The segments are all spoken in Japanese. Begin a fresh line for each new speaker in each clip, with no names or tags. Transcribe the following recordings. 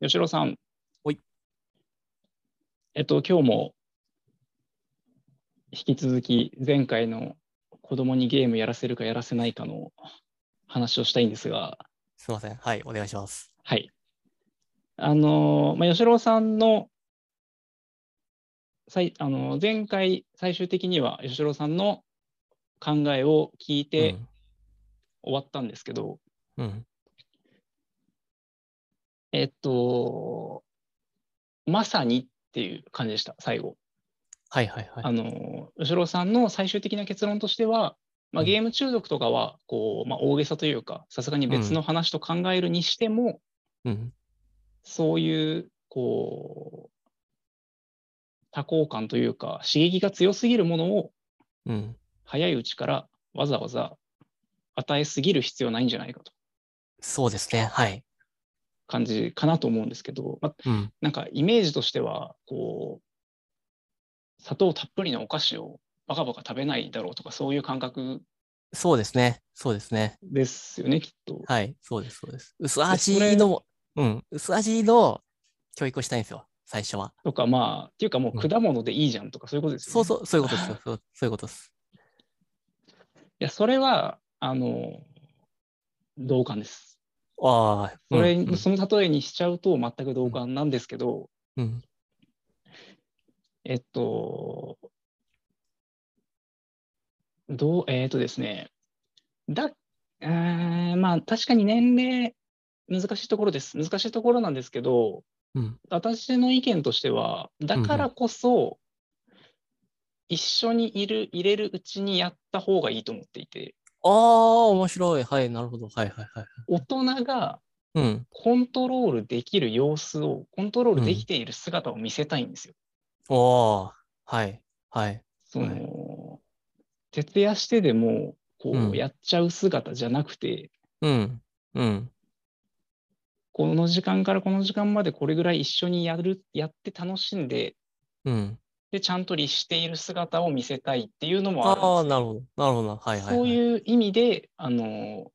吉郎さん。
ほい。
えっと、今日も引き続き前回の子供にゲームやらせるかやらせないかの話をしたいんですが、
すいません。はい、お願いします。
はい。あのー、まあ、吉郎さんの、最あのー前回最終的には吉郎さんの考えを聞いて終わったんですけど、
うん、うん。
えっと、まさにっていう感じでした、最後。
はいはいは
あ
い。
の後ろさんの最終的な結論としては、まあ、
うん
ゲーム中毒とかはこう、まあ、大げさというかさすがに別の話と考えるにしても、
うん。
そういうこう多幸感というか刺激が強すぎるものを
うん。
早いうちからわざわざ与えすぎる必要ないんじゃないかと
そうですね。はい。
感じかなと思うんですけど、まあ、
うん。
なんかイメージとしてはこう砂糖たっぷりのお菓子をバカバカ食べないだろうとかそういう感覚
そうですね。そうですね。
ですよねきっと。
はい。そうです、そうです。薄
それ
味の、うん。薄味の教育をしたいんですよ。最初は。
とかまあ、っていうかもう
うん
果物でいいじゃんとかそういうことですよ、ね。
そうそう、そういうことですよ。そうそういうことです。
いや、それは、あの、同感です。
ああ、
それ、
うんうん
その例えにしちゃうと全く同感なんですけど、
うん。
えっと、どう、えっとですね、だ、えーまあ確かに年齢、難しいところです。難しいところなんですけど、
うん。
私の意見としては、だからこそ、一緒にいる、入れるうちにやった方がいいと思っていて、
ああ、面白い。はい、なるほど。はいはいはい。
大人が
うん。
コントロールできる様子を、コントロールできている姿を見せたいんですよ。
おー。はい。はい。
そ
は
の、徹夜してでも、こ
うん
う、やっちゃう姿じゃなくて、
うん。うん。
この時間からこの時間までこれぐらい一緒にやる、やって楽しんで、
うん。
で、ちゃんと律している姿を見せたいっていうのもあるんです
あ
よ
あ、なるほど。なるほど。はいはい、はい。
そういう意味で、あの、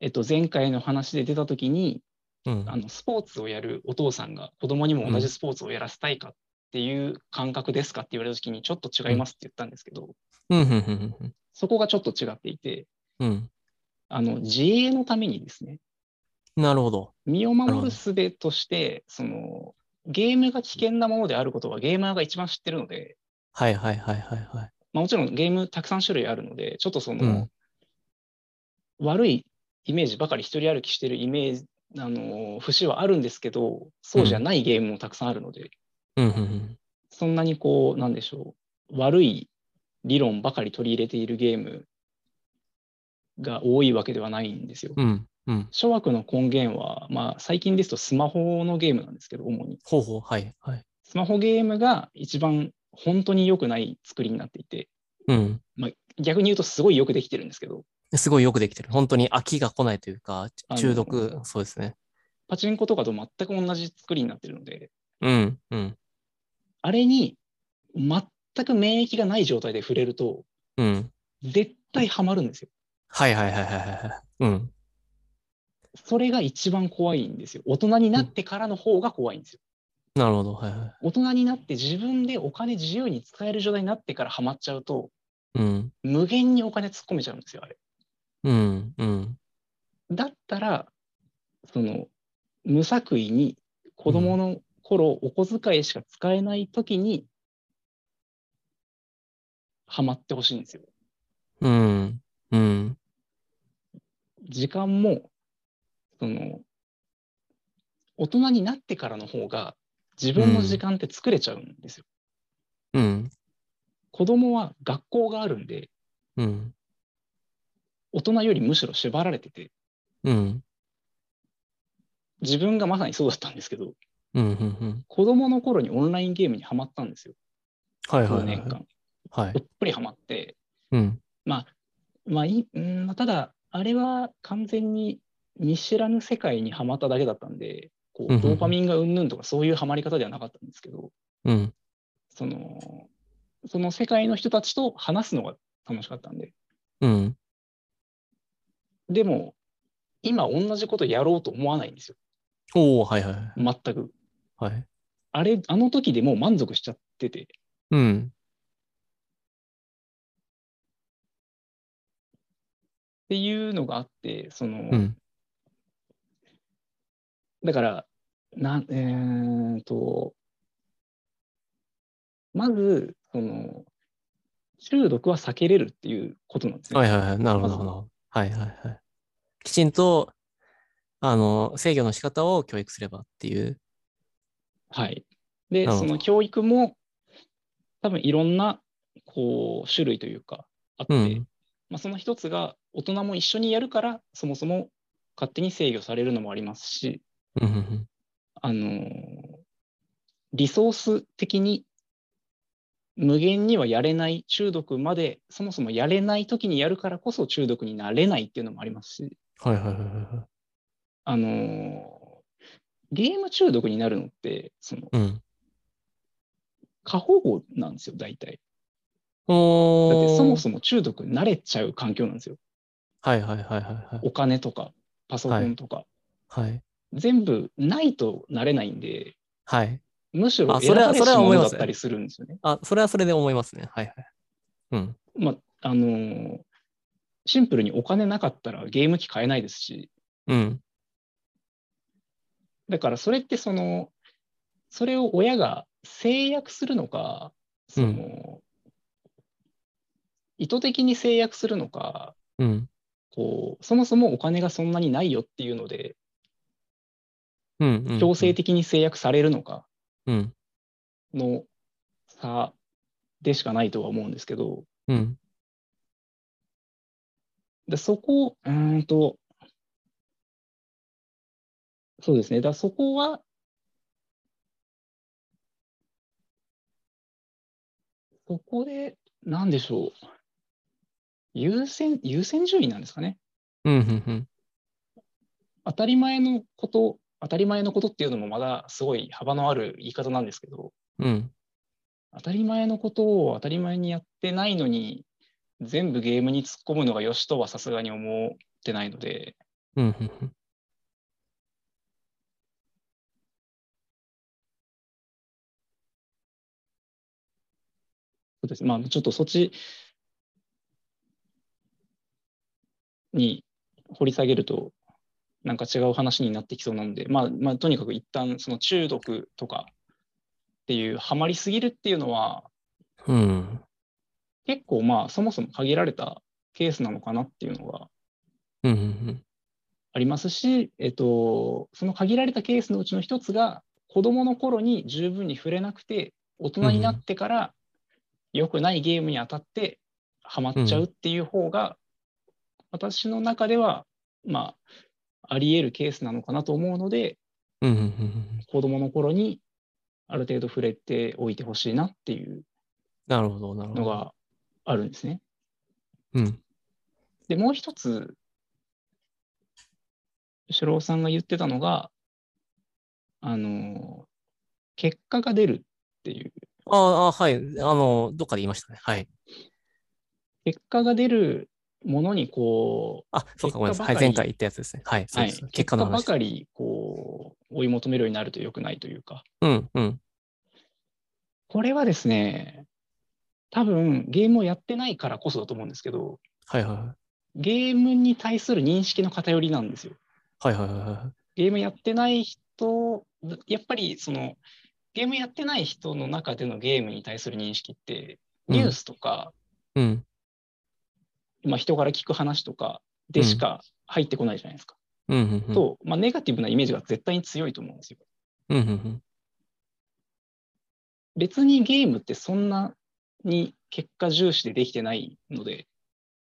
えっと、前回の話で出たときに
うん。
あの、スポーツをやるお父さんが子供にも同じスポーツをやらせたいかっていう感覚ですかって言われたときに、ちょっと違いますって言ったんですけど、
うん。うん。うんうん。
そこがちょっと違っていて、
うん。
あの自衛のためにですね、
なるほど。
身を
な
守
るほ
る
ど
術として、そのゲームが危険なものであることはゲーマーが一番知ってるので、
はいはいはいはいはい。
まあ、もちろんゲームたくさん種類あるので、ちょっとその、
うん
悪いイメージばかり一人歩きしてるイメージ、あのー節はあるんですけど、そうじゃないゲームもたくさんあるので、
うんうんうん。
そんなにこう、なんでしょう、悪い理論ばかり取り入れているゲームが多いわけではないんですよ。
うんうん。
諸悪の根源は、まあ、最近ですとスマホのゲームなんですけど、主に。
ほうほう。はいはい。
スマホゲームが一番本当に良くない作りになっていて、
うん。
逆に言うとすごいよくできてるんですけど、
すごいよくできてる。本当に飽きが来ないというか、
あの
中毒、そうですね。
パチンコとかと全く同じ作りになってるので、
うんうん
あれに全く免疫がない状態で触れると、
うん。
絶対ハマるんですよ。
はいはいはいはいはいはい。うん。
それが一番怖いんですよ。大人になってからの方が怖いんですよ。
なるほど。はいはい。
大人になって自分でお金自由に使える状態になってからハマっちゃうと、
うん
無限にお金突っ込めちゃうんですよ、あれ。
うんうん。
だったら、その、無作為に子供の頃、お小遣いしか使えない時に、ハマってほしいんですよ。
うんうん。
時間もその大人になってからの方が自分の時間って作れちゃうんですよ。
うん
子供は学校があるんで
うん
大人よりむしろ縛られてて
うん
自分がまさにそうだったんですけど
うんうんうん。
子供の頃にオンラインゲームにはまったんですよ
はいはい
5
は
年
いはい。
間
はい
ど。っぷりはまって
うん
まあいいうんまあただあれは完全に見知らぬ世界にはまっただけだったんでこ
うん
う
うんう
ド
ん
ーパミンがうんぬんとかそういうはまり方ではなかったんですけど、
うん
その、その世界の人たちと話すのが楽しかったんで。
うん。
でも、今同じことやろうと思わないんですよ。
おおはいはいはい。
全く。
はい。
あれ、あの時でもう満足しちゃってて、
うん。
っていうのがあって、その、
うん。
だから、なん、えー、と、まず、その、中毒は避けれるっていうことなんですね。
はいはいはい。なるほど。なるほどはいはいはい。きちんと、あの、制御の仕方を教育すればっていう。
はい。で、
なるほ
そ
ど
の教育も、多分いろんな、こう、種類というか、あって、
うん。
まあ、その一つが、大人も一緒にやるから、そもそも勝手に制御されるのもありますし、
うんうんうん。
あのーリソース的に無限にはやれない中毒までそもそもやれない時にやるからこそ中毒になれないっていうのもありますし、
はいはいはいはいは
あのーゲーム中毒になるのってその
い。うん。
過保護なんですよ大体だっ
お
て
ー。
そもそも中毒になれちゃう環境なんですよ
はいはいはいはいはい。
お金とかパソコンとか、
はい。
全部ないとなれないんで
はい。
むしろ
あそ
選
れは
ばれし
それは思い
者
ま
だ
す
ったりするんですよね
あ、それはそれで思いますね。はいはい。うん。
まああのーシンプルにお金なかったらゲーム機買えないですし、
うん。
だからそれってその、それを親が制約するのか、その、
う
意図的に制約するのか、
うん。
こう、そもそもお金がそんなにないよっていうので、
うん。うん
強制。的に制約されるのか
うん。
の差でしかないとは思うんですけど、
うん。
でそこ、うーんと、そうですね、だそこは、そこで、なんでしょう、優先、優先順位なんですかね。
うん。うん。うん。
当たり前のこと、当たり前のことっていうのもまだすごい幅のある言い方なんですけど、
うん。
当たり前のことを当たり前にやってないのに、全部ゲームに突っ込むのがよしとはさすがに思ってないので、
うん。うん。うん
そうです。まあ、ちょっとそっちに掘り下げると、なんか違う話になってきそうなので、まあ、まあ、とにかく一旦、その中毒とかっていう、ハマりすぎるっていうのは、
うん。
結構まあ、そもそも限られたケースなのかなっていうのが
うん。うん。
ありますし、えっと、その限られたケースのうちの一つが、子供の頃に十分に触れなくて、大人になってから良くないゲームに当たってハマっちゃうっていう方が、私の中では、まあ、あり得るケースなのかなと思うので、
うん。うんうん。
子供の頃にある程度触れておいてほしいなっていう
なるほど。なるほ
の
ど。
があるんですね。
うん。
で、もう一つ、シ郎さんが言ってたのが、あの、結果が出るっていう、
ああ、はい。あの、どっかで言いましたね。はい。
結果が出るものにこ
あ、そうか、ごめんなさい。
結果ばかり
はい。前回言ったやつですね。はい。
う、
そう
はい、
です。結果の
ば
話。
かりこう追い求めるようになると良くないというか、
うん。うん。
これはですね、多分ゲームをやってないからこそだと思うんですけど、
はいはいはい。
ゲームに対する認識の偏りなんですよ。
はいはいはいはい。
ゲームやってない人、やっぱりそのゲームやってない人の中でのゲームに対する認識って、
うん
ニュースとか、
うん。
まあ、人から聞く話とかでしか入ってこないじゃないですか。
うん。うんうん。
と、まあ、ネガティブなイメージが絶対に強いと思うんですよ。
うん。うんうん。
別にゲームってそんなに結果重視でできてないので、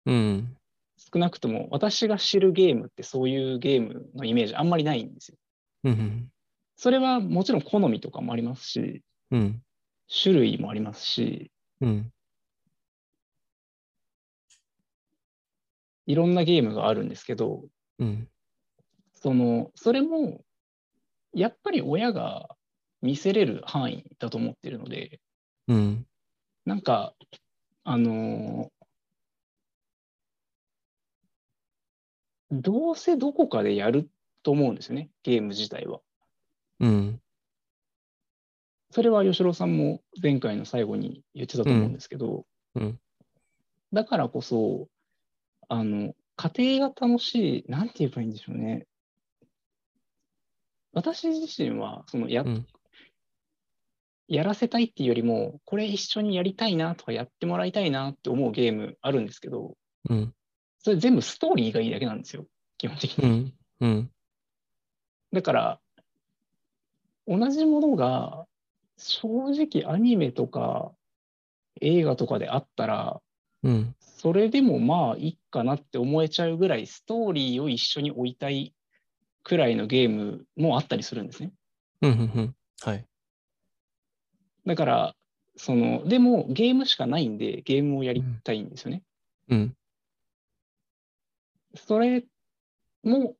うん。
少なくとも私が知るゲームってそういうゲームのイメージあんまりないんですよ。
うんうん。
それはもちろん好みとかもありますし、
うん。
種類もありますし、
うん。
いろんなゲームがあるんですけど、
うん。
そのそれもやっぱり親が見せれる範囲だと思ってるので
うん。
なんかあのどうせどこかでやると思うんですよねゲーム自体は。
うん。
それは吉郎さんも前回の最後に言ってたと思うんですけど、
うん
だからこそあの家庭が楽しいなんて言えばいいんでしょうね私自身はそのや,、
うん
やらせたいっていうよりもこれ一緒にやりたいなとかやってもらいたいなって思うゲームあるんですけど
うん。
それ全部ストーリーがいいだけなんですよ基本的に
う。ん。うん。
だから、同じものが、正直アニメとか映画とかであったら、
うん。
それでもまあいいかなって思えちゃうぐらい、ストーリーを一緒に置いたいくらいのゲームもあったりするんですね。
うん。うん。はい。
だから、その、でもゲームしかないんで、ゲームをやりたいんですよね。
うん。
それも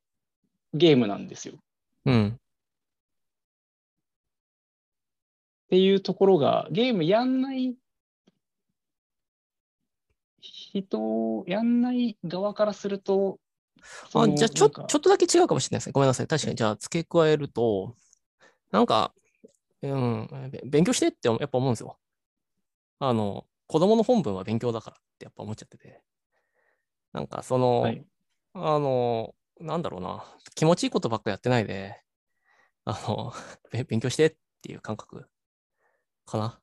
ゲームなんですよ。っ
うん。
ていうところが、ゲームやんない人をやんない側からすると、
あ
その
じゃあち
な
ょ、
ん
ち
か
ょっとだけ違うかもしれないですね。ごめんなさい。確かに、じゃあ付け加えると、なんか、うん、べ勉強してってやっぱ思うんですよ。あの、子供の本文は勉強だからってやっぱ思っちゃってて。なんか、その、
はい
あの、なんだろうな、気持ちいいことばっかやってないで、あの、 べ勉強してっていう感覚かな。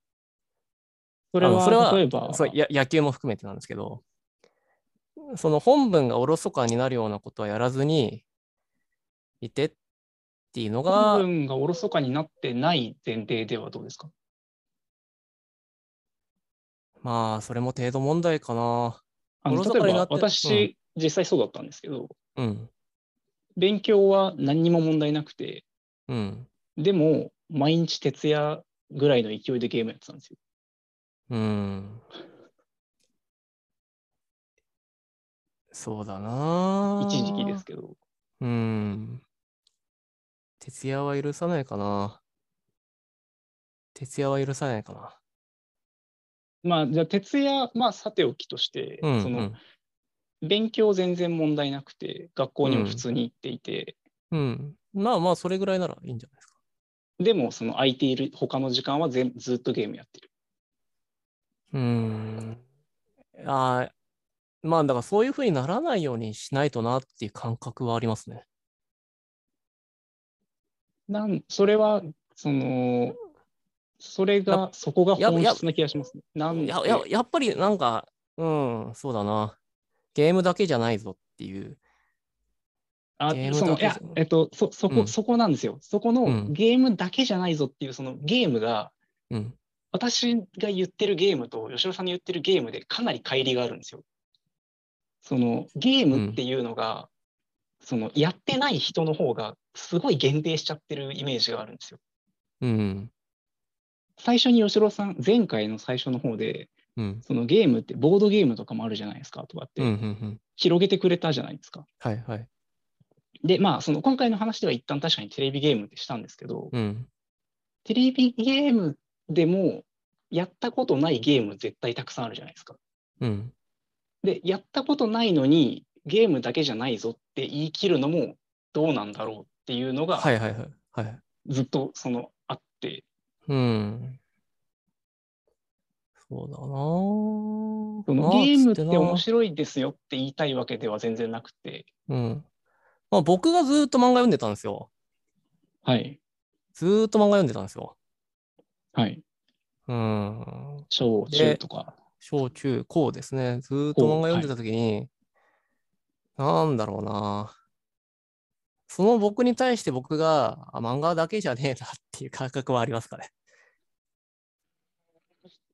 それ
あ
は
のそれは
例えば、
そうや野球も含めてなんですけど、その本文がおろそかになるようなことはやらずにいてっていうのが、
本文がおろそかになってない前提ではどうですか
まあ、それも程度問題かな。
あの
おろそ
例
かに
えば
なって
私、実際そうだったんですけど、
うん、
勉強は何にも問題なくて、
うん、
でも毎日徹夜ぐらいの勢いでゲームやってたんですよ。
うん。そうだな。
一時期です。けど。
うん。徹夜は許さないかな。徹夜は許さないかな。
まあ、じゃあ徹夜、まあさておきとして、
うん、
そうの
ん
勉強全然問題なくて、学校にも普通に行っていて、
うん。まあまあ、それぐらいならいいんじゃないですか。
でもその空いている他の時間は全ずっとゲームやってる。
うーん。あーまあ、だからそういうふうにならないようにしないとなっていう感覚はありますね。
なんそれは、その、それが、そこが本質な気がしますね。なん
い
で
や、ややっぱりなんか、うん、そうだな。ゲームだけじゃないぞっていう。
あ
ゲーム
その
だ
い
け
や
じゃ、
えっと、そそこ、
うん
そこなんですよ。そこ
う
の
ん
ゲームだけじゃないぞっていう、そのゲームが、
うん。
私が言ってるゲームと吉野さんの言ってるゲームでかなり乖離があるんですよ。そのゲームっていうのが、そのやってない人の方がすごい限定しちゃってるイメージがあるんですよ。
うん。
最初に吉野さん前回の最初の方で
うん。
そのゲームってボードゲームとかもあるじゃないですかとかっ
うん。うん。う
て
ん。
広げてくれたじゃないですか。
はいはい。
でまあその今回の話では一旦確かにテレビゲームってしたんですけど、
うん。
テレビゲームでもやったことないゲーム絶対たくさんあるじゃないですか。
うん。
で、やったことないのに、ゲームだけじゃないぞって言い切るのもどうなんだろうっていうのが、
はいはいはい。はい。
ずっとそのあって、
うん。そう
そ
だな。
の
まあ
ゲームっ
つ
て
な
面白いですよって言いたいわけでは全然なくて、
うん。まあ僕がずーっと漫画読んでたんですよ。
はい、
ずーっと漫画読んでたんですよ。
はい、
うん。
小中とか、
小中高ですね。ずーっと漫画読んでた時に、なんだろうな。その僕に対して僕が、あ漫画だけじゃねえなっていう感覚はありますかね。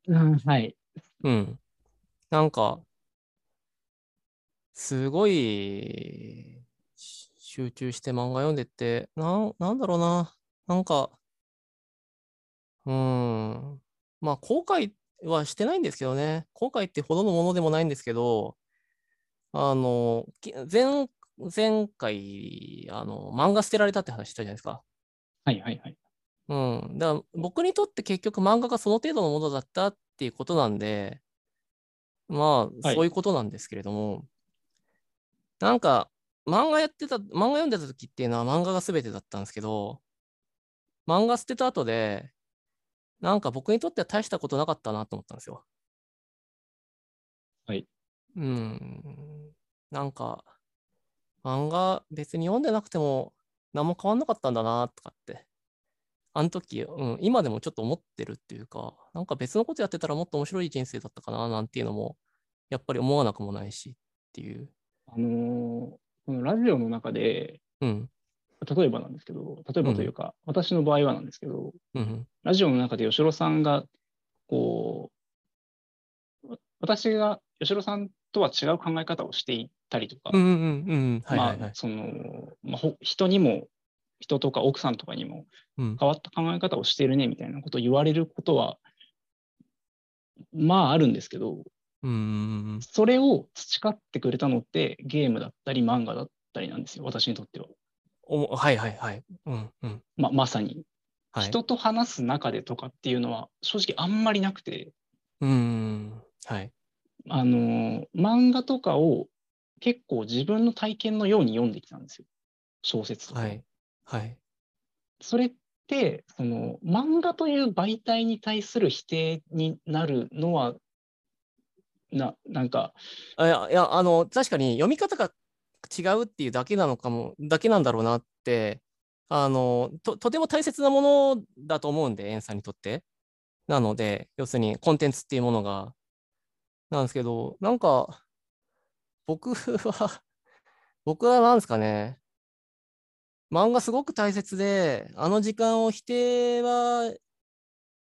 うんはい、
うん。なんか、すごいし集中して漫画読んでって、なん、なんだろうな。なんか、うーん。まあ、後悔はしてないんですけどね。後悔ってほどのものでもないんですけど、あの、き前、前回、あの、漫画捨てられたって話したじゃないですか。
はい、はい、はい、
うん。だから僕にとって結局漫画がその程度のものだったっていうことなんで、まあ、
はい
そういうことなんですけれども、なんか、漫画やってた、漫画読んでた時っていうのは漫画が全てだったんですけど、漫画捨てた後で、なんか僕にとっては大したことなかったなと思ったんですよ。
はい。
うん。なんか、漫画別に読んでなくても何も変わんなかったんだなとかって。あの時、うん、今でもちょっと思ってるっていうか、なんか別のことやってたらもっと面白い人生だったかななんていうのも、やっぱり思わなくもないしっていう。
あのーこのラジオの中で、
うん。
例えばなんですけど、例えばというか、私の場合はなんですけど、
うん。
ラジオの中で吉郎さんが、こう、私が吉郎さんとは違う考え方をしていたりとか
うん、うんうんうん。はいはいは
まあ
い。
その、まあ、ほ人にも、人とか奥さんとかにも
うん
変わった考え方をしてるねみたいなことを言われることは、まああるんですけど、
うんうんうん。
それを培ってくれたのってゲームだったり漫画だったりなんですよ、私にとっては。
おもはいはいはい。うんうん。
ままさに、
はい。
人と話す中でとかっていうのは正直あんまりなくて、
うんうんうん。はい。
あの漫画とかを結構自分の体験のように読んできたんですよ、小説とか。
はい。はい。
それってその漫画という媒体に対する否定になるのはななんか
あいや、いやあの、確かに読み方が違うっていうだけなのかも、だけなんだろうなって、あの、と、とても大切なものだと思うんで、エンさんにとって。なので、要するにコンテンツっていうものが、なんですけど、なんか、僕は、僕はなんですかね、漫画すごく大切で、あの時間を否定は、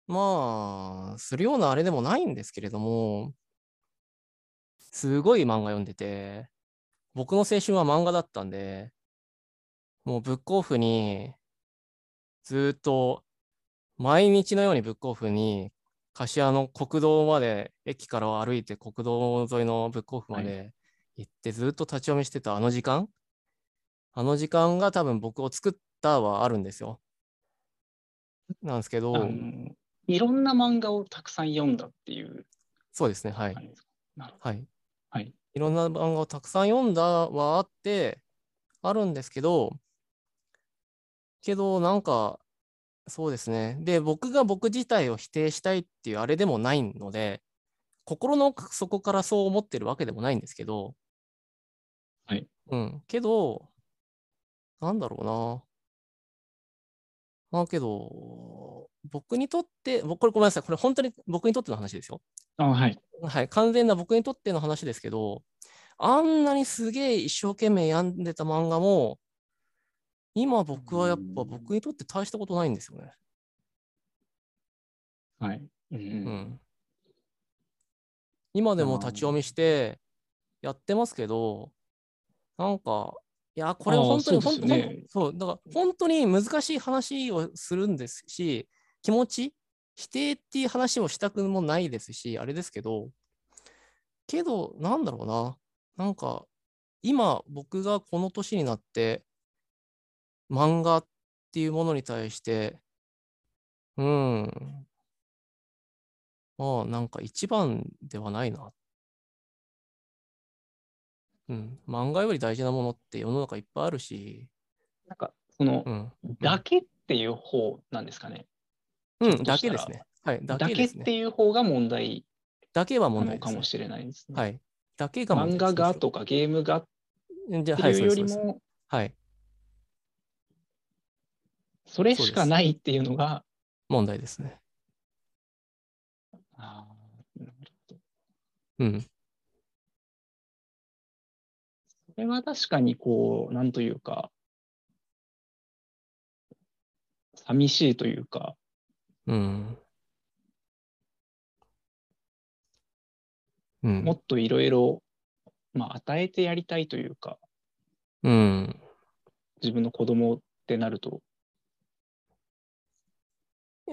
まあ、するようなあれでもないんですけれども、すごい漫画読んでて、僕の青春は漫画だったんで、もうブックオフに、ずーっと、毎日のようにブックオフに、柏の国道まで、駅から歩いて国道沿いのブックオフまで行って、ずーっと立ち読みしてたあの時間、あの時間が多分僕を作ったはあるんですよ。なんですけ
あ
ど、
のいろんな漫画をたくさん読んだっていう
そうですね、はい。
感じですか。なるほど
はい。
はい、
いろんな漫画をたくさん読んだはあって、あるんですけど、けど、なんか、そうですね。で、僕が僕自体を否定したいっていうあれでもないので、心の奥底からそう思ってるわけでもないんですけど、
はい。
うん。けど、なんだろうな。まあけど、僕にとって、僕これごめんなさい。これ本当に僕にとっての話ですよ。
あはい
はい、完全な僕にとっての話ですけど、あんなにすげえ一生懸命病んでた漫画も、今僕はやっぱ僕にとって大したことないんですよね。
はいうんうん
うん。今でも立ち読みしてやってますけど、なんか、いや、これは
あー
本当に、
そう
本
です
当
よ
に、
ね
ほんそう、だから本当に難しい話をするんですし、気持ち、否定っていう話をしたくもないですし、あれですけど、けど、なんだろうな、なんか、今、僕がこの年になって、漫画っていうものに対して、うん、まあ、なんか一番ではないな。うん、漫画より大事なものって世の中いっぱいあるし、
なんかその、
うん、
だけっていう方なんですかね。
うん
ひょっと
だ
した
け
ら
ですね。はい、だ
だ
け
け
で
っ
すね。
ていう方が問題
だけは
な
問題
の
で
か
す、ね
も。しれないですね。
はい、だけが
漫
問題です、
画がとかゲームがっ
うんじゃあ
て
はい、
い
そう
う
で
よ
すそ
り
うです。
も、
はい、
それしかないっていうのが、
問題ですね。
あーなるほど
うん、
それは確かにこう、なんというか、寂しいというか、
うん。うん
もっといろいろ、まあ、与えてやりたいというか、
うん。
自分の子供ってなると、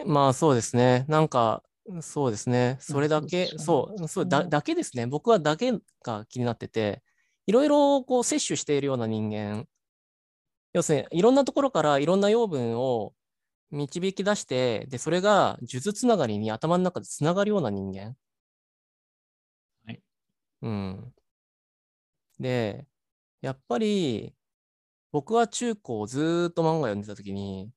まあそうですね。なんか、そうですね。それだ
そう
け、
ですよ
そ
ね
う、そうだ、
うん
だけですね。僕はだけが気になってて、いろいろこう摂取しているような人間、要するにいろんなところからいろんな養分を導き出して、で、それが数珠つながりに頭の中でつながるような人間。
はい。
うん。で、やっぱり、僕は中高ずーっと漫画読んでた時に、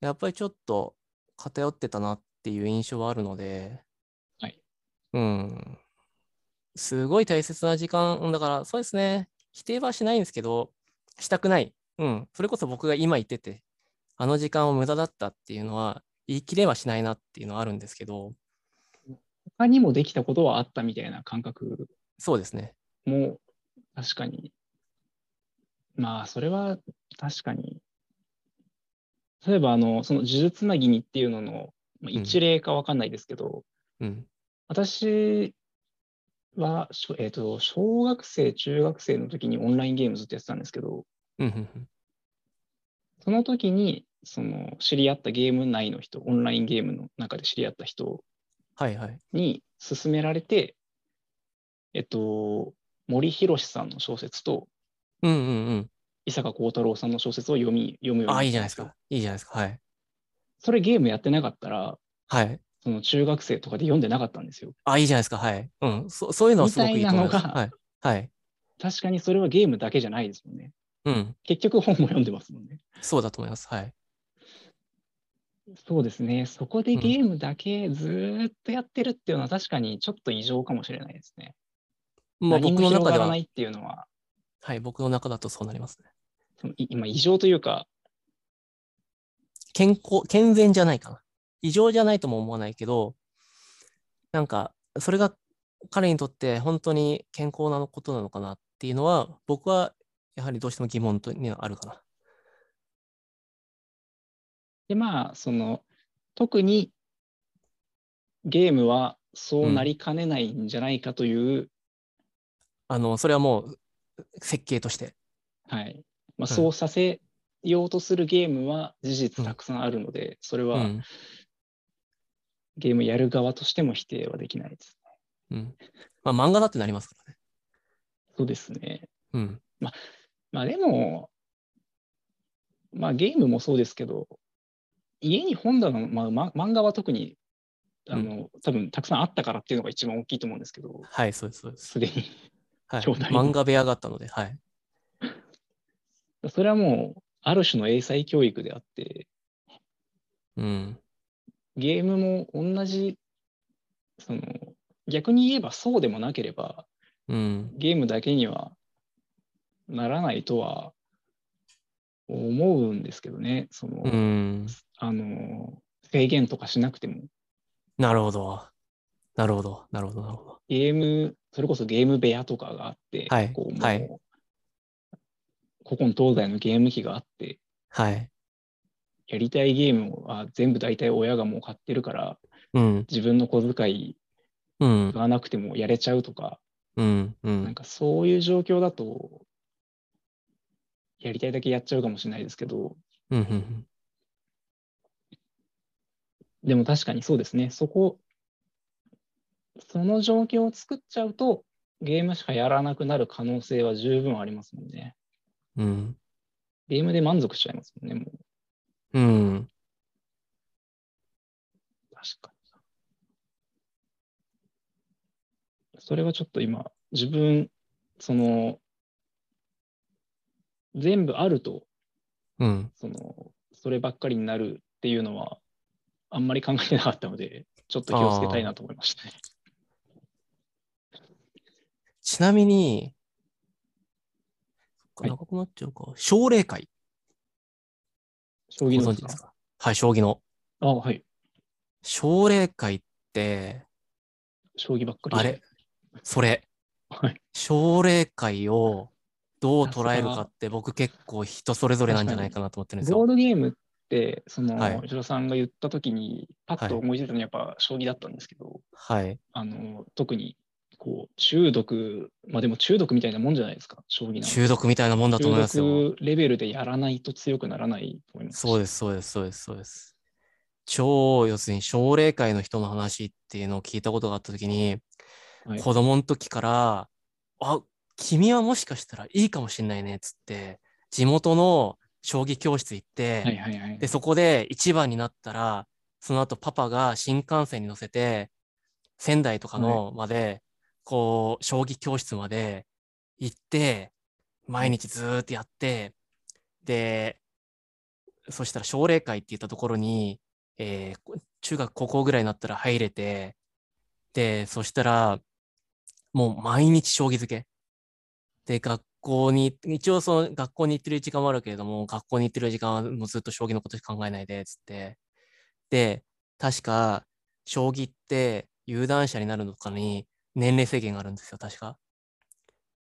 やっぱりちょっと偏ってたなっていう印象はあるので、
はい。
うん。すごい大切な時間、うんだからそうですね、否定はしないんですけど、したくない。うん。それこそ僕が今言ってて、あの時間を無駄だったっていうのは、言い切れはしないなっていうのはあるんですけど、
他にもできたことはあったみたいな感覚
そうですね。
も確かに、まあ、それは確かに、例えば、あの、その呪術つなぎにっていうののまあ
うん
一例かわかんないですけど、
うん。
私は、しょえっ、と、小学生、中学生の時にオンラインゲームずっとやってたんですけど、
うんうんうん。
その時に、その、知り合ったゲーム内の人、オンラインゲームの中で知り合った人
はいはい。
に勧められて、えっと、森博さんの小説と
うんうんうん。
伊坂幸太郎さんの小説を読み読むようになったんですよ。
ああ、いいじゃないですか。いいじゃないですか。はい。
それゲームやってなかったら、
はい。
その中学生とかで読んでなかったんですよ。
あ、いいじゃないですか。はい。うん。そそういうのはすごくいいと思いま
み
す。
たいなのが
はい。はい。
確かにそれはゲームだけじゃないですもんね。
うん。
結局本も読んでますもんね。
そうだと思います。はい。
そうですね。そこでゲームだけずーっとやってるっていうのは確かにちょっと異常かもしれないですね。
まあ
何
僕
も
の
広
中
が
で
ら
は
な、いっていうのは、
はい。僕の中だとそうなりますね。
そのい今異常というか、
健康、健全じゃないかな。異常じゃないとも思わないけど、なんか、それが彼にとって本当に健康なことなのかなっていうのは、僕はやはりどうしても疑問とにはあるかな。
でまあその特にゲームはそうなりかねないんじゃないかという、
あの、それはもう設計として。
はいま
ん
あ、そうさせようとするゲームは事
う
実
ん
たくさんあるので、それ
う
は
ん。
ゲームやる側としても否定はできないです。
うん。まあ漫画だってなりますからね。
そうですね。
うん。
まあでも、まあゲームもそうですけど、家に本棚の、まあま、漫画は特にあの、多分たくさんあったからっていうのが一番大きいと思うんですけど、
はい、そうです、そうです。
すでに。
はい。
兄弟の
漫画部屋があったので、はい。
それはもう、ある種の英才教育であって、
うん。
ゲームも同じ、その、逆に言えばそうでもなければ、
うん。
ゲームだけにはならないとは思うんですけどね、その、
うん。
あの、制限とかしなくても、
なるほど。なるほど。なるほど。なるほど。
ゲーム、それこそゲーム部屋とかがあって、
はい
こうもう、
はい
ここの東西のゲーム機があって、
はい。
やりたいゲームは全部大体親がもう買ってるから、
うん。
自分の小遣い
うん。
がなくてもやれちゃうとか、
うん。う
なん
ん。
かそういう状況だと、やりたいだけやっちゃうかもしれないですけど、
うん。うん。
でも確かにそうですね、そこ、その状況を作っちゃうと、ゲームしかやらなくなる可能性は十分ありますもんね。
うん。
ゲームで満足しちゃいますもんね、もう。
うん。
確かに。それはちょっと今、自分、その、全部あると、
うん。
その、そればっかりになるっていうのは、あんまり考えてなかったので、ちょっと気をつけたいなと思いましたね。
ちなみに、そ
は
っ
い
か長くなっちゃうか。奨励会。
将
ご
棋ので
存知
す
で
か
すかはい、将棋の。
あはい。
奨励会って、
将棋ばっかり。
あれそれ。
はい。
奨励会をどう捉えるかって、僕結構人それぞれなんじゃないかなと思ってるんです
ボー
よ。
ドゲームって、その、
はい
吉田さんが言ったときに、パッと思い出たのはやっぱ将棋だったんですけど、
はい。
あの、特に、こう、中毒、まあでも中毒みたいなもんじゃないですか、将棋なんて
中毒みたいなもんだと思いますよ。
中毒レベルでやらないと強くならないと思います。
そう
で
です、そうです、そうです、そうです。超、要するに奨励会の人の話っていうのを聞いたことがあったときに、
はい
子供の時から、あ、君はもしかしたらいいかもしれないね、っつって、地元の将棋教室行って、
はいはいはい
で、。そこで一番になったら、その後パパが新幹線に乗せて、仙台とかのまで、こう、将棋教室まで行って、毎日ずーっとやって、で、そしたら奨励会って言ったところに、えーこ中学高校ぐらいになったら入れて、で、そしたら、もう毎日将棋漬け。で、学校に、一応その学校に行ってる時間はあるけれども、学校に行ってる時間はもうずっと将棋のことしか考えないで、つって。で、確か、将棋って有段者になるのかに年齢制限があるんですよ、確か。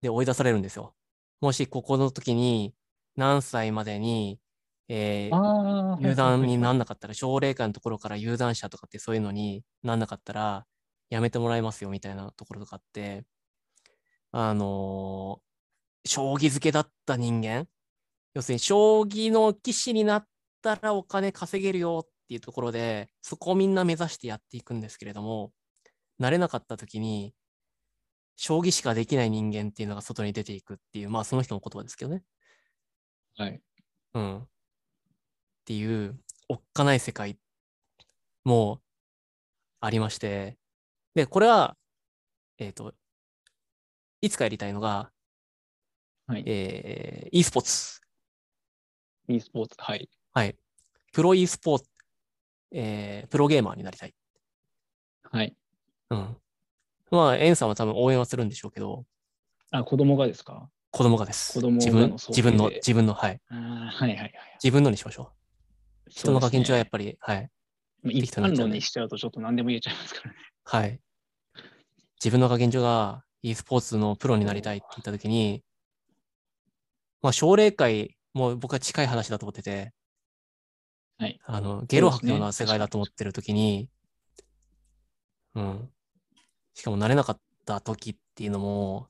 で、追い出されるんですよ。もし、ここの時に、何歳までに、えー
あー
有段になんんなかったら、奨励会のところから有段者とかってそういうのになんなかったら、やめてもらいますよみたいなところとかあって、あのー将棋漬けだった人間、要するに将棋の棋士になったらお金稼げるよっていうところで、そこをみんな目指してやっていくんですけれども、慣れなかった時に、将棋しかできない人間っていうのが外に出ていくっていう、まあその人の言葉ですけどね。
はい
うん。っていう、おっかない世界もありまして、で、これは、えっ、と、いつかやりたいのが、
はい
えー e スポーツ。
e スポーツはい
はい。プロ e スポーツ、えープロゲーマーになりたい。
はい
うん。まあ、エンさんは多分応援はするんでしょうけど、
あ子供がですか
子供がです。
子供
自
が
分
の、想定
自分の、
で
自分の、はい。
あーはいはいはい
自分のにしましょう。人の課金中はやっ
ぱ
ぱり、はい。
一
適当にや
般
っちゃう
論
ね
にしちゃうとちょっと何でも言えちゃいますからね
はい。自分の加減所が e スポーツのプロになりたいって言ったときに、まあ、奨励会も僕は近い話だと思ってて、
はい。
あの、ゲロ吐くよ
そ
う
う
な
です
世
ね
界だと思ってるときに、うん。しかも慣れなかった時っていうのも、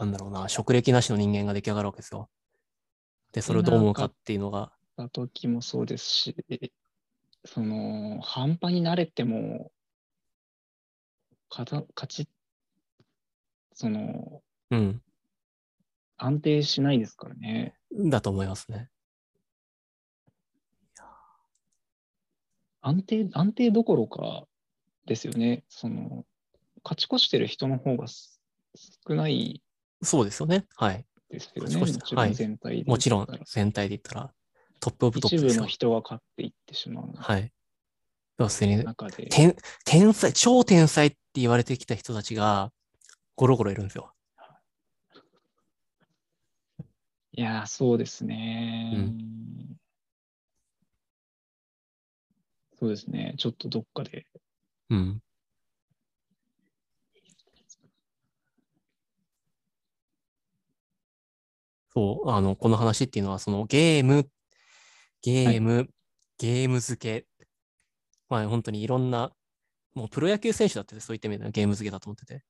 なんだろうな、職歴なしの人間が出来上がるわけですよ。で、それをどう思うかっていうのが、
た時もそうですし、その、半端に慣れても、かた勝ち、その、
うん、
安定しないですからね。
だと思いますね。
安定、安定どころかですよね。その、勝ち越してる人の方がす少ない
そうですよね。はい。
ですよね。
勝
も
ち越して
ち
は
ろん
い
全体で言
も
った
ち
ら、
ろん、全体で言ったら、トップオブトップ
一
で
部
すよ
の。人が勝っていってしまう
はい。要するに、
中で、
天、天才、超天才って言われてきた人たちが、ゴロゴロいるんですよ。
いやー、そうですね、
う
そうですね。ちょっとどっかで。
うん。そう、あの、この話っていうのは、そのゲーム、ゲーム、ゲーム付け。まあ、本当にいろんな、もうプロ野球選手だってそういった意味ではゲーム付けだと思ってて。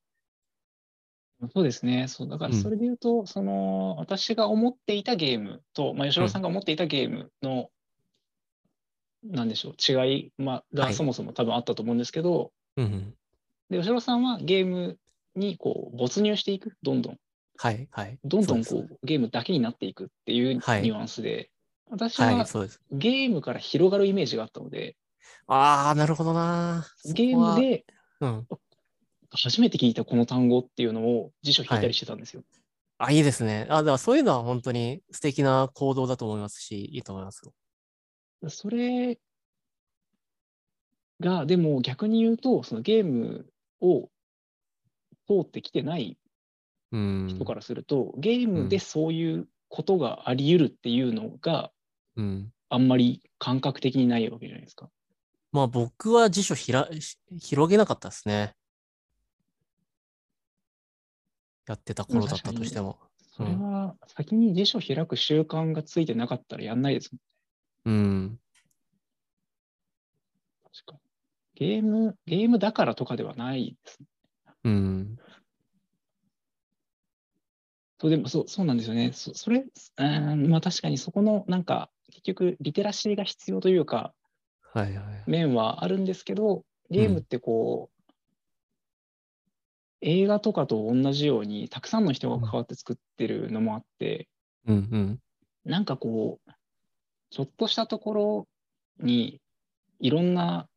そうですね。そうだから
うん
それで言うと、その私が思っていたゲームと、まあ、吉野さんが思っていたゲームの、なんでしょう、違い、まあ、
は
が
い
そもそも多分あったと思うんですけど、
うんうん。
で吉野さんはゲームにこう没入していく、どんどん、
はい、はい。
どんどん
そう
こうゲームだけになっていくっていうニ
はい
ュアンスで、
で
私
すはい、
は
そうです。
ゲームから広がるイメージがあったので、
ああ、なるほどな。そ
ゲー
こは
ム、で
うん。
初めて聞いたこの単語っていうのを辞書引いたりしてたんですよ。
あ、いいですね。あ、だからそういうのは本当に素敵な行動だと思いますし、いいと思いますよ。
それが、でも逆に言うと、そのゲームを通ってきてない
うん。
人からすると、ゲームでそういうことがあり得るっていうのが
うん。
あんまり感覚的にないわけじゃないですか。
まあ僕は辞書ひら、し広げなかったですね。やってた頃だったとしても。
それは先に辞書開く習慣がついてなかったらやんないですもん
うん。
確かにゲーム、ゲームだからとかではないです
うん。
そうでもそうそうなんですよね。そそれ、うーんまあ、確かにそこのなんか結局リテラシーが必要というか
はいはい。
面はあるんですけどゲームってこう、映画とかと同じようにたくさんの人が関わって作ってるのもあって、
うんうん。
なんかこうちょっとしたところにいろんな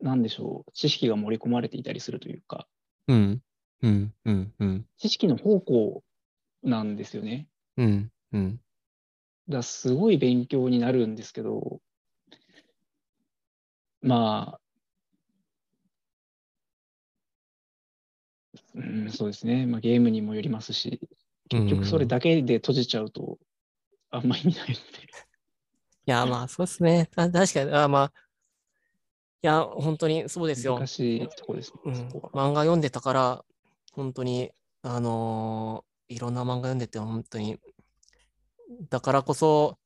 なんでしょう知識が盛り込まれていたりするというか
うん。うんうんうん。
知識の方向なんですよね。
うんうん。
だからすごい勉強になるんですけど、まあ、うん、そうですね、まあ、ゲームにもよりますし、結局それだけで閉じちゃうと、あんま意味ないので、
いや、まあ、そうですね。た確かに、あまあ、いや、本当にそうですよ。
難しいとこですね、
うん、
そこは。
漫画読んでたから、本当に、あのーいろんな漫画読んでて、本当に、だからこそ、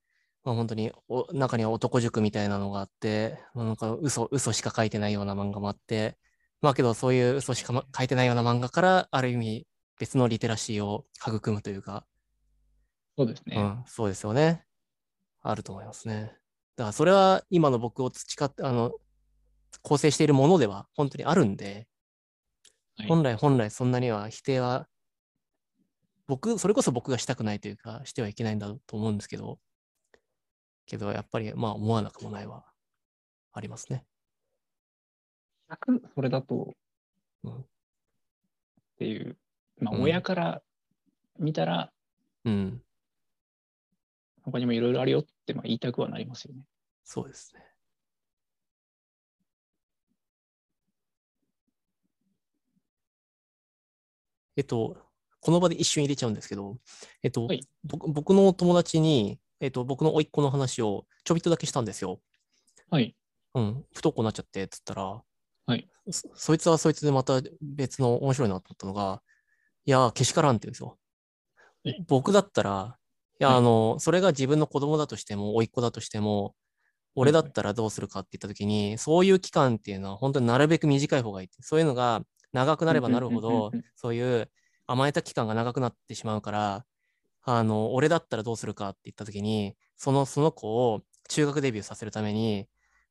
まあ、本当にお、中には男塾みたいなのがあって、まあなんか嘘、嘘しか書いてないような漫画もあって、まあけど、そういう嘘しか、ま、書いてないような漫画から、ある意味、別のリテラシーを育むというか、
そうです
う
ね。
ん、そうですよね。あると思いますね。だからそれは今の僕を培って、あの、構成しているものでは本当にあるんで、
はい
本来本来そんなには否定は、僕、それこそ僕がしたくないというか、してはいけないんだと思うんですけど、けどやっぱりまあ思わなくもないはありますね。
100それだと、
うん
っていう、まあ、
うん
親から見たら、
うん、
他にもいろいろあるよってまあ言いたくはなりますよね。
そうですね。えっと、この場で一瞬入れちゃうんですけど、えっと、
はい
僕僕の友達に、えっと、僕の甥っ子の話をちょびっとだけしたんですよ。
はい。
うん、不登校になっちゃってっつったら、
はい
そ、そいつはそいつでまた別の面白いなと思ったのが、いやー、けしからんって言うんですよ
え。
僕だったら、いや、
はい
あの、それが自分の子供だとしても、甥っ子だとしても、俺だったらどうするかって言った時に、そういう期間っていうのは本当になるべく短い方がいいって。そういうのが長くなればなるほ
うんうんうん
ど
うんうん、
そういう甘えた期間が長くなってしまうから、あの、俺だったらどうするかって言った時に、その、その子を中学デビューさせるために、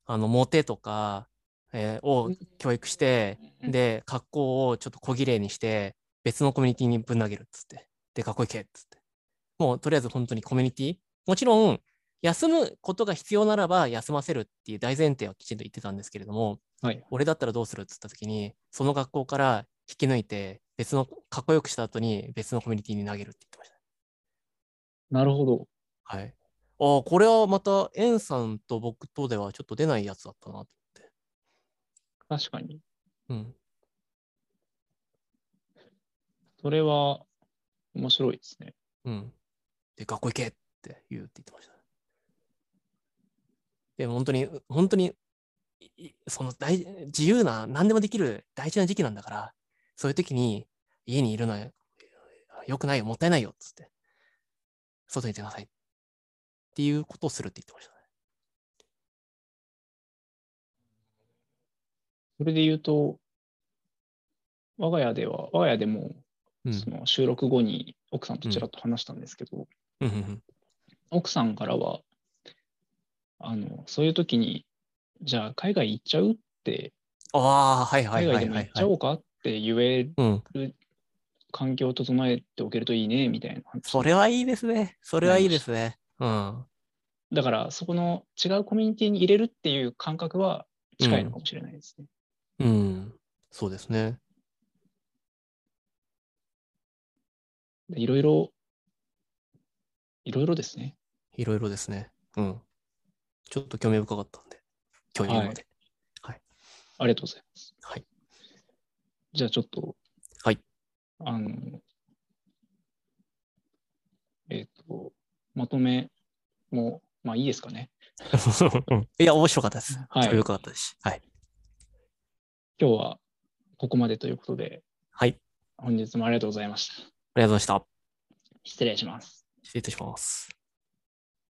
あの、モテとか、えーを教育して、で、格好をちょっと小綺麗にして、別のコミュニティにぶん投げるっつって。で、学校行けっつって。もう、とりあえず本当にコミュニティもちろん、休むことが必要ならば休ませるっていう大前提はきちんと言ってたんですけれども、
はい
俺だったらどうするっつった時に、その学校から引き抜いて、別の、かっこよくした後に別のコミュニティに投げるって言ってました。
なるほど。
はい。ああ、これはまた、エンさんと僕とではちょっと出ないやつだったなと
確かに。
思って。
それは面白いですね。
うん。うん。で、学校行けって言うって言ってました。で、本当に、本当に、いいその大事自由な、何でもできる大事な時期なんだから、そういう時に家にいるのは良くないよ、もったいないよ、つって。外に出なさい。っていうことをするって言ってましたね。
それで言うと、我が家では、我が家でも、
うん
その収録後に奥さんとちらっと話したんですけど、
うんうん
奥さんからは、あの、そういう時に、じゃあ海外行っちゃうって、
ああ、はいはい
海外
は
で
い
も
は
行っ
い、
ちゃ
はい。
おうかって言え
うん。
環境を整えておけるといいねみたいな話
それはいいですね。それはいいですね。うん。
だからそこの違うコミュニティに入れるっていう感覚は近いのかもしれないですね。
うん。そうですね。
でいろいろいろいろですね。
いろいろですね。うん。ちょっと興味深かったんで、興味まで。
ありがとうございます。
はい。
じゃあちょっと。
はい。
あの、えっ、と、まとめも、まあいいですかね。
い、や、面白かったです。
はい
興味深かったですし。はい。
今日はここまでということで、
はい。あり
本日もありがとうございました。
がとうございました。
失礼します。
失礼いたします。